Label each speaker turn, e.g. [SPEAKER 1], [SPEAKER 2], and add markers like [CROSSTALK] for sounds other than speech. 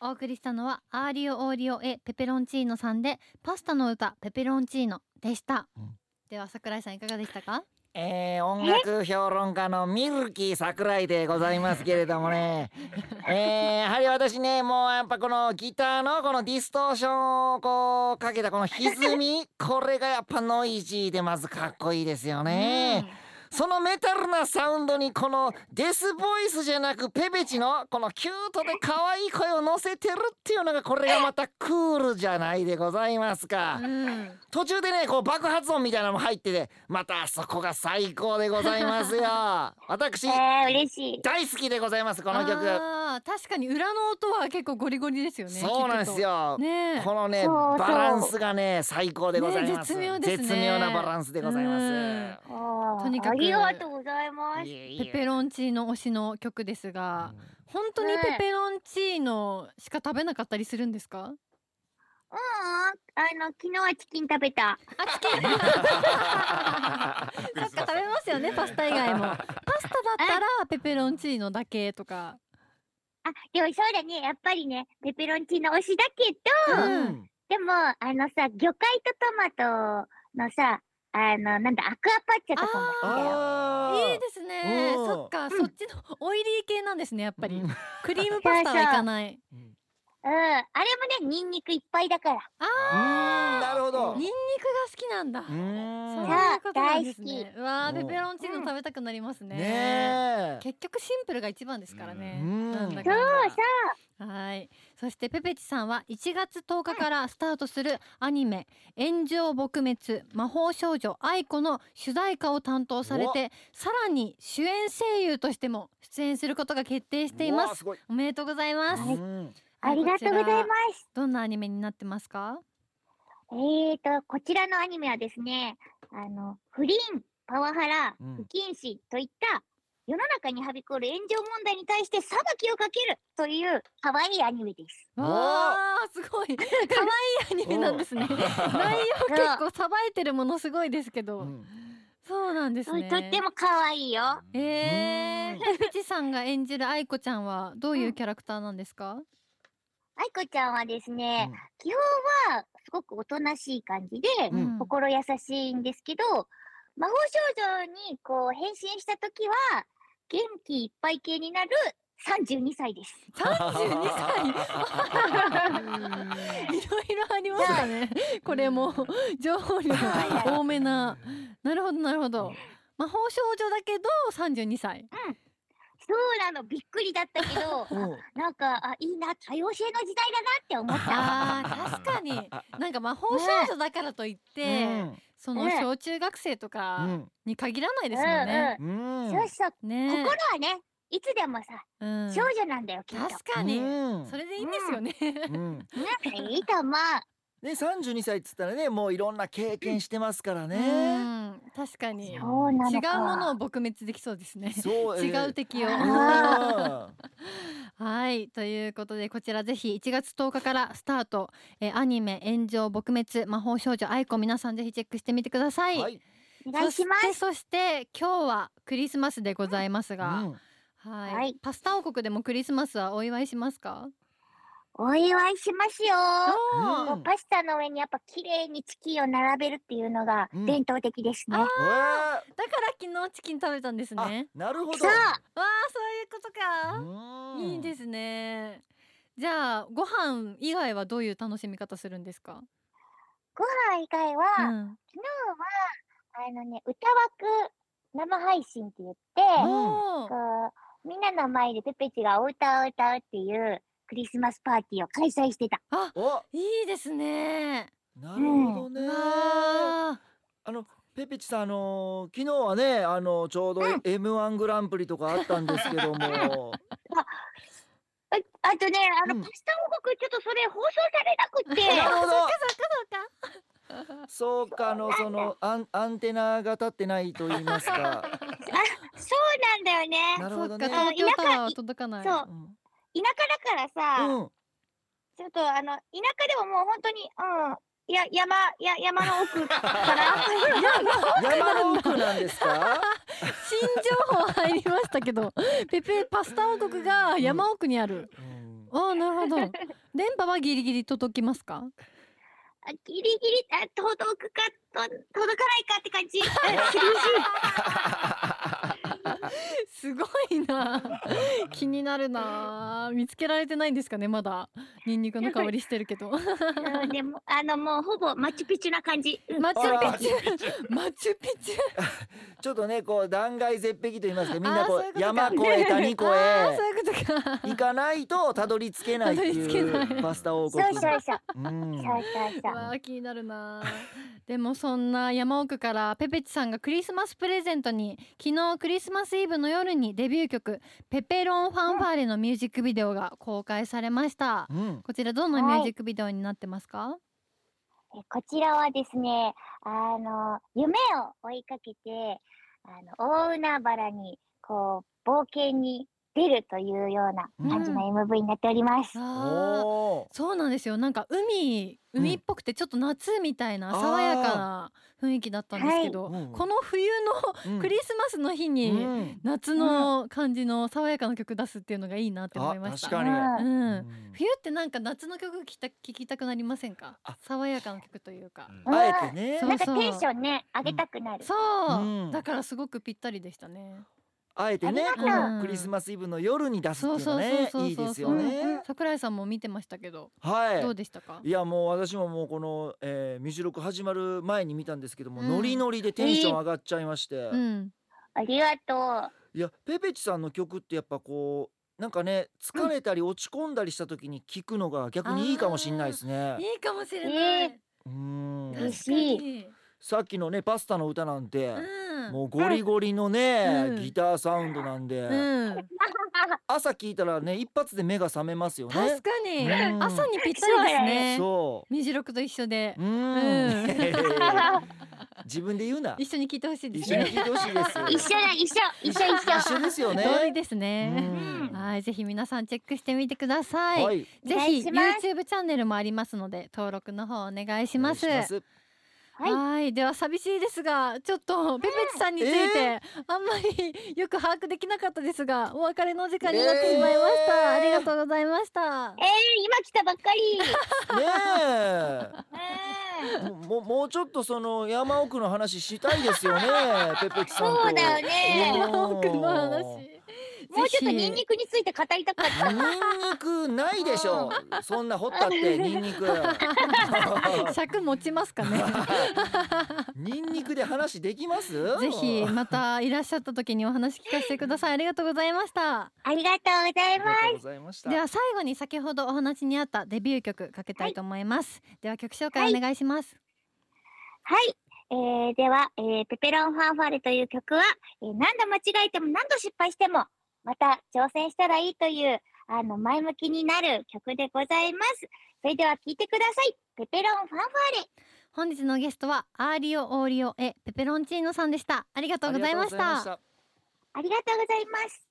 [SPEAKER 1] お送りしたのはアーリオオーリオエペペロンチーノさんでパスタの歌ペペロンチーノでした、
[SPEAKER 2] うん
[SPEAKER 1] では桜井さんいかがでしたか
[SPEAKER 2] えー、音楽評論家のミルキー桜井でございますけれどもね、えー、やはり私ねもうやっぱこのギターのこのディストーションをこうかけたこの歪みこれがやっぱノイジーでまずかっこいいですよね。そのメタルなサウンドにこのデスボイスじゃなくペペチのこのキュートで可愛い声を乗せてるっていうのがこれがまたクールじゃないでございますか。
[SPEAKER 1] うん
[SPEAKER 2] 途中でねこう爆発音みたいなのも入っててまたそこが最高でござ
[SPEAKER 1] [LAUGHS]
[SPEAKER 2] いますよ私
[SPEAKER 3] えー、嬉しい。
[SPEAKER 2] 大好きでございますこの曲、
[SPEAKER 1] あー確かに裏の音は結構ゴリゴリですよね
[SPEAKER 2] そうなんですよ、
[SPEAKER 1] 聞くとねえ
[SPEAKER 2] このね
[SPEAKER 3] そうそう
[SPEAKER 2] バランスがね最高でございます、
[SPEAKER 1] ね絶妙ですね
[SPEAKER 2] 絶妙なバランスでございます、
[SPEAKER 1] うんと
[SPEAKER 3] と
[SPEAKER 1] にかく
[SPEAKER 3] ありがとうございます。
[SPEAKER 2] いえいえ
[SPEAKER 1] ペペロンチーノ推しの曲ですが、
[SPEAKER 2] うん
[SPEAKER 1] 本当に
[SPEAKER 3] ね
[SPEAKER 1] ペペロンチーノしか食べなかったりするんですか、
[SPEAKER 3] うん、あの昨日はチキン食べた。
[SPEAKER 2] [LAUGHS]
[SPEAKER 1] あ、チキン。そっ [LAUGHS] か、食べますよね、パスタ以
[SPEAKER 2] [LAUGHS]
[SPEAKER 1] 外も。パスタだったら、ペペロンチーノだけとか。
[SPEAKER 3] あ、でもそうだね。やっぱりね、ペペロンチーノ推しだけど、
[SPEAKER 2] うん
[SPEAKER 3] でも、あのさ、魚介とトマトのさ、あの、なんだ、アクアパッチャとかも好きだよ。
[SPEAKER 2] あー
[SPEAKER 1] いいですね。
[SPEAKER 2] うん
[SPEAKER 1] そっか、
[SPEAKER 3] ん
[SPEAKER 1] そっちのオイリー系なんですね、やっぱり
[SPEAKER 2] うん。
[SPEAKER 1] クリームパスタはいかない。
[SPEAKER 3] うん。あれもね、ニンニクいっぱいだから。
[SPEAKER 2] うんなるほど
[SPEAKER 1] ニンニクが好きなんだ。
[SPEAKER 2] う
[SPEAKER 1] そ
[SPEAKER 2] ん
[SPEAKER 1] う
[SPEAKER 3] さ
[SPEAKER 1] いうことなんですね。うわあ、
[SPEAKER 2] うん
[SPEAKER 1] ペペロンチーノ食べたくなりますね。
[SPEAKER 2] ねえ
[SPEAKER 1] 結局シンプルが一番ですからね。
[SPEAKER 2] うん
[SPEAKER 1] なんだか
[SPEAKER 3] そ
[SPEAKER 1] んだ
[SPEAKER 3] うそう。
[SPEAKER 1] はい。そしてペペチさんは1月10日からスタートするアニメ「炎上撲滅魔法少女愛子」の主題歌を担当されてさらに主演声優としても出演することが決定していうま
[SPEAKER 2] わ
[SPEAKER 1] す
[SPEAKER 2] ごい
[SPEAKER 1] おめでとうございます、
[SPEAKER 2] う
[SPEAKER 1] はい
[SPEAKER 2] ん
[SPEAKER 3] ありがとうござい
[SPEAKER 1] こちら
[SPEAKER 3] ます。
[SPEAKER 1] どんなアニメになってますか
[SPEAKER 3] えーと、こちらのアニメはですね、あの、不倫、パワハラ、
[SPEAKER 2] うん
[SPEAKER 3] 不謹慎といった、世の中にはびこる炎上問題に対して裁きをかけるという可愛いアニメです。
[SPEAKER 2] お
[SPEAKER 1] わあすご
[SPEAKER 2] [LAUGHS]
[SPEAKER 1] い可愛いアニメなんですね内容結構さばいてるものすごいですけど、
[SPEAKER 2] うん
[SPEAKER 1] そうなんです
[SPEAKER 3] と
[SPEAKER 1] ね
[SPEAKER 3] っても可愛いよ。
[SPEAKER 1] え
[SPEAKER 2] うん
[SPEAKER 1] ー、ペペチさんが演じる愛子ちゃんはどういうキャラクターなんですか、
[SPEAKER 3] 愛子ちゃんはですね、基本はすごくおとなしい感じで、
[SPEAKER 2] うん
[SPEAKER 1] うん
[SPEAKER 3] 心優しいんですけど、魔法少女にこう変身した時は、元気いっぱい系になる32歳です。
[SPEAKER 1] 三十二
[SPEAKER 2] [LAUGHS]
[SPEAKER 1] 歳。いろいろありましたね。これも情報量多めな。なるほどなるほど。魔法少女だけど三十二歳。
[SPEAKER 3] そうなの、びっくりだったけ
[SPEAKER 2] [LAUGHS]
[SPEAKER 3] ど、
[SPEAKER 2] うん
[SPEAKER 3] なんか、あ、いいな、多様性の時代だなって思った。
[SPEAKER 1] ああ確かに。なんか魔法少女だからといって、
[SPEAKER 2] うん
[SPEAKER 1] その
[SPEAKER 3] ね
[SPEAKER 1] 小中学生と
[SPEAKER 2] う
[SPEAKER 1] か
[SPEAKER 2] ん
[SPEAKER 1] に限らないですもんね。
[SPEAKER 2] うん
[SPEAKER 3] そうそう、
[SPEAKER 1] ね
[SPEAKER 3] 心。はね、いつでもさ、
[SPEAKER 1] うん
[SPEAKER 3] 少女なんだよ、きっと。
[SPEAKER 1] 確かに。
[SPEAKER 2] うん
[SPEAKER 1] それでいいんですよね。
[SPEAKER 2] うん
[SPEAKER 3] ね、いいと思う。
[SPEAKER 2] ね、32歳っつったらねもういろんな経験してますから
[SPEAKER 1] う
[SPEAKER 2] ね。
[SPEAKER 1] ん確か [LAUGHS] に。違う
[SPEAKER 2] そ
[SPEAKER 3] そうなのか。
[SPEAKER 1] ものを撲滅できそうですね。
[SPEAKER 2] そう
[SPEAKER 1] [LAUGHS] 違う
[SPEAKER 2] て
[SPEAKER 1] 敵を。 [LAUGHS] はいということでこちらぜひ1月10日からスタート、えーアニメ「炎上撲滅魔法少女愛子」皆さんぜひチェックしてみてください。
[SPEAKER 2] はい。
[SPEAKER 3] お願いします。
[SPEAKER 1] そしてそして今日はクリスマスでございますが、
[SPEAKER 2] うん
[SPEAKER 1] はい
[SPEAKER 3] はい
[SPEAKER 1] パスタ王国でもクリスマスはお祝いしますか、
[SPEAKER 3] お祝いしますよ。
[SPEAKER 2] うん
[SPEAKER 3] こうパスタの上にやっぱ綺麗にチキンを並べるっていうのが
[SPEAKER 2] うん
[SPEAKER 3] 伝統的ですね。
[SPEAKER 2] あ
[SPEAKER 1] だから昨日チキン食べたんですね。わあそういう
[SPEAKER 2] なるほど。
[SPEAKER 3] そう、
[SPEAKER 1] ことか、
[SPEAKER 2] うん
[SPEAKER 1] いいですね。じゃあご飯以外はどういう楽しみ方するんですか、
[SPEAKER 3] ご飯以外は、
[SPEAKER 1] う
[SPEAKER 3] 昨
[SPEAKER 1] ん
[SPEAKER 3] 日は、あのね、歌枠生配信って言って、
[SPEAKER 1] おー
[SPEAKER 3] こうみんなの前でペペチがお歌を歌うっていうクリスマスパーティーを開催してた。
[SPEAKER 1] あ
[SPEAKER 2] お、
[SPEAKER 1] いいですね。
[SPEAKER 2] なるほどね。
[SPEAKER 1] わあ
[SPEAKER 2] あのペペチさんあの昨日はねあのちょうど
[SPEAKER 3] うん
[SPEAKER 2] M1 グランプリとかあったんですけども、
[SPEAKER 3] ああとね、あの、
[SPEAKER 2] うん
[SPEAKER 3] パスタ王国ちょっとそれ放送されな
[SPEAKER 2] [LAUGHS]
[SPEAKER 3] くって、
[SPEAKER 2] なるほど。
[SPEAKER 1] か
[SPEAKER 2] そうかあのそのアンアンテナが立ってないと言いますか。
[SPEAKER 3] そうなんだよね。
[SPEAKER 2] なる
[SPEAKER 1] そ
[SPEAKER 2] ほ
[SPEAKER 1] う
[SPEAKER 2] ど
[SPEAKER 1] か
[SPEAKER 2] ね。
[SPEAKER 1] 東京タワーは届かない。
[SPEAKER 3] そう
[SPEAKER 1] あ
[SPEAKER 2] うん
[SPEAKER 3] 田舎だからさ、
[SPEAKER 2] うん。
[SPEAKER 3] ちょっとあの、田舎でももう本当に、うん、いや、山、や山の
[SPEAKER 2] [LAUGHS]
[SPEAKER 3] 奥から。
[SPEAKER 2] 山の奥なんですか。
[SPEAKER 1] 新情報入りましたけど、ペペパスタ王国が山奥にある。
[SPEAKER 2] うん
[SPEAKER 1] ああなるほ [LAUGHS] ど電波はギリギリ届きますか
[SPEAKER 3] あギリギリあ届くかと届かないかって
[SPEAKER 2] [LAUGHS]
[SPEAKER 3] 感じ
[SPEAKER 1] すごいな [LAUGHS] 気になるな見つけられてないんですかねまだニンニクの香りしてるけど
[SPEAKER 3] うん、でもあのもうほぼマチュピチュな感じ、うん
[SPEAKER 1] マチュピチュ
[SPEAKER 4] ュピチュ
[SPEAKER 1] マチュピチュ
[SPEAKER 2] ちょっとねこう断崖絶壁と言いますかみんなこ
[SPEAKER 1] あーそういうこ
[SPEAKER 2] う
[SPEAKER 1] とか
[SPEAKER 2] 山越え谷越
[SPEAKER 1] ああ
[SPEAKER 2] え
[SPEAKER 1] そういうことか
[SPEAKER 2] 行かないとたどり着けないって
[SPEAKER 1] たどり着け
[SPEAKER 2] い
[SPEAKER 1] な
[SPEAKER 2] う
[SPEAKER 1] い
[SPEAKER 2] パスタ王
[SPEAKER 3] そう
[SPEAKER 2] 国
[SPEAKER 3] そうそうそう
[SPEAKER 2] うん
[SPEAKER 3] そうそう
[SPEAKER 1] わあ気になるなでもそんな山奥からペペチさんがクリスマスプレゼントに昨日クリスマスイブの夜にデビュー曲「ペペロンファンファーレ」のミュージックビデオが公開されました
[SPEAKER 2] うん
[SPEAKER 1] こちらどんなミュージックビデオになってますか、
[SPEAKER 3] えこちらはですね、あの、夢を追いかけて、あの、大海原に、こう、冒険に出るというような感じの MV になっております。
[SPEAKER 1] あー
[SPEAKER 2] お
[SPEAKER 1] そうなんですよなんか海
[SPEAKER 2] うん
[SPEAKER 1] 海っぽくてちょっと夏みたいな
[SPEAKER 2] あー
[SPEAKER 1] 爽やかな雰囲気だったんですけど、
[SPEAKER 2] はいうん
[SPEAKER 1] この冬の
[SPEAKER 2] ー
[SPEAKER 1] クリスマスの日に、
[SPEAKER 2] うん
[SPEAKER 1] 夏の感じの爽やかな曲出すっていうのがいいなって思いました。
[SPEAKER 2] あ確か
[SPEAKER 1] う、
[SPEAKER 2] にうんん
[SPEAKER 1] 冬ってなんか夏の曲聴きた聴きたくなりませんか
[SPEAKER 2] あ
[SPEAKER 1] 爽やかな曲というか、
[SPEAKER 4] うん
[SPEAKER 2] あえてね
[SPEAKER 1] そう
[SPEAKER 3] なんかテンションね、上げたくなる。
[SPEAKER 1] そう、
[SPEAKER 2] うん
[SPEAKER 1] だからすごくぴったりでしたね
[SPEAKER 2] あえてね
[SPEAKER 3] あり
[SPEAKER 2] こ
[SPEAKER 1] がとう
[SPEAKER 2] のクリスマスイブの夜に出すっていうのが
[SPEAKER 1] そうそう
[SPEAKER 2] ね
[SPEAKER 1] そうそうそう
[SPEAKER 2] いいですよね
[SPEAKER 1] 桜井さんも見てましたけど、
[SPEAKER 2] はい
[SPEAKER 1] どうでしたか
[SPEAKER 2] いやもう私ももうこの、えー、ミジロク始まる前に見たんですけども、
[SPEAKER 1] うん
[SPEAKER 2] ノリノリでテンション上がっちゃいまして、
[SPEAKER 1] うん
[SPEAKER 3] ありがと
[SPEAKER 2] いやペペチさんの曲ってやっぱこうなんかね疲れたり落ち込んだりした時に聞くのが逆にいいかもしれないですね。
[SPEAKER 1] いいかもしれない、
[SPEAKER 2] うー
[SPEAKER 1] 確
[SPEAKER 2] ん
[SPEAKER 3] 嬉
[SPEAKER 1] か
[SPEAKER 3] し
[SPEAKER 1] に
[SPEAKER 2] さっきのねパスタの歌なんて、
[SPEAKER 1] うん
[SPEAKER 2] もうゴリゴリのね、
[SPEAKER 1] うん
[SPEAKER 2] ギターサウンドなんで、
[SPEAKER 1] うん、
[SPEAKER 3] う。
[SPEAKER 2] 朝聞いたらね一発で目が覚めますよ
[SPEAKER 1] 確
[SPEAKER 2] ね。
[SPEAKER 1] かに、
[SPEAKER 2] うん
[SPEAKER 1] 朝にぴったりですね
[SPEAKER 2] そ
[SPEAKER 1] ミジロクと一緒で
[SPEAKER 2] う。うーん。
[SPEAKER 3] 一
[SPEAKER 2] 自分で言うな。
[SPEAKER 1] 一緒に聴いてほしいで
[SPEAKER 2] 一
[SPEAKER 1] す
[SPEAKER 2] 緒に
[SPEAKER 1] ね
[SPEAKER 2] 聞いてほしいです。
[SPEAKER 3] 緒だ、 [LAUGHS] 一緒、一緒、一緒。
[SPEAKER 2] 一緒ですよね。
[SPEAKER 1] 同意ですね、
[SPEAKER 2] うん
[SPEAKER 1] はいぜひ皆さんチェックしてみてください、
[SPEAKER 2] はい。
[SPEAKER 1] ぜ
[SPEAKER 3] お願い
[SPEAKER 1] ひ
[SPEAKER 3] します
[SPEAKER 1] YouTube チャンネルもありますので登録の方お願いします。
[SPEAKER 2] お願い
[SPEAKER 1] は
[SPEAKER 3] はいい
[SPEAKER 1] では寂しいですがちょっとペペチさんについて、
[SPEAKER 2] え
[SPEAKER 1] あんまりよく把握できなかったですがお別れのお時間になってしまいました、
[SPEAKER 2] えー
[SPEAKER 1] ありがとうございました
[SPEAKER 3] えー、今来たばっかり。
[SPEAKER 2] ねえ。
[SPEAKER 3] うん
[SPEAKER 2] もももうちょっとその山奥の話したいで
[SPEAKER 1] [LAUGHS]
[SPEAKER 2] すよね。ペペチさんと。
[SPEAKER 3] そうだよね。
[SPEAKER 1] 山奥の話
[SPEAKER 3] もうちょっとニンニクについて語りたかった。
[SPEAKER 2] ニンニクないでしょう。そんな掘っ
[SPEAKER 1] [LAUGHS]
[SPEAKER 2] たってニンニク。
[SPEAKER 1] ク尺持ちますかね
[SPEAKER 2] [LAUGHS] ニンニクで話できます？
[SPEAKER 1] ぜひまたいらっしゃった時にお話聞かせてくださいありがとうございました
[SPEAKER 3] ありがとうござ
[SPEAKER 2] あ
[SPEAKER 3] い
[SPEAKER 2] り
[SPEAKER 3] ま
[SPEAKER 2] が
[SPEAKER 3] す。
[SPEAKER 2] とうございました。
[SPEAKER 1] では最後に先ほどお話にあったデビュー曲かけたいと思います、では曲紹介お願いします、
[SPEAKER 3] はい。えー、では、えー、ペペロンファンファレという曲は、えー何度間違えても何度失敗しても、また挑戦したらいいという、あの、前向きになる曲でございます。それでは聴いてください。ペペロンファンファーレ。
[SPEAKER 1] 本日のゲストはアーリオオーリオエペペロンチーノさんでしたありがとうございました
[SPEAKER 2] ありがとうございま。
[SPEAKER 3] ありがとうございます。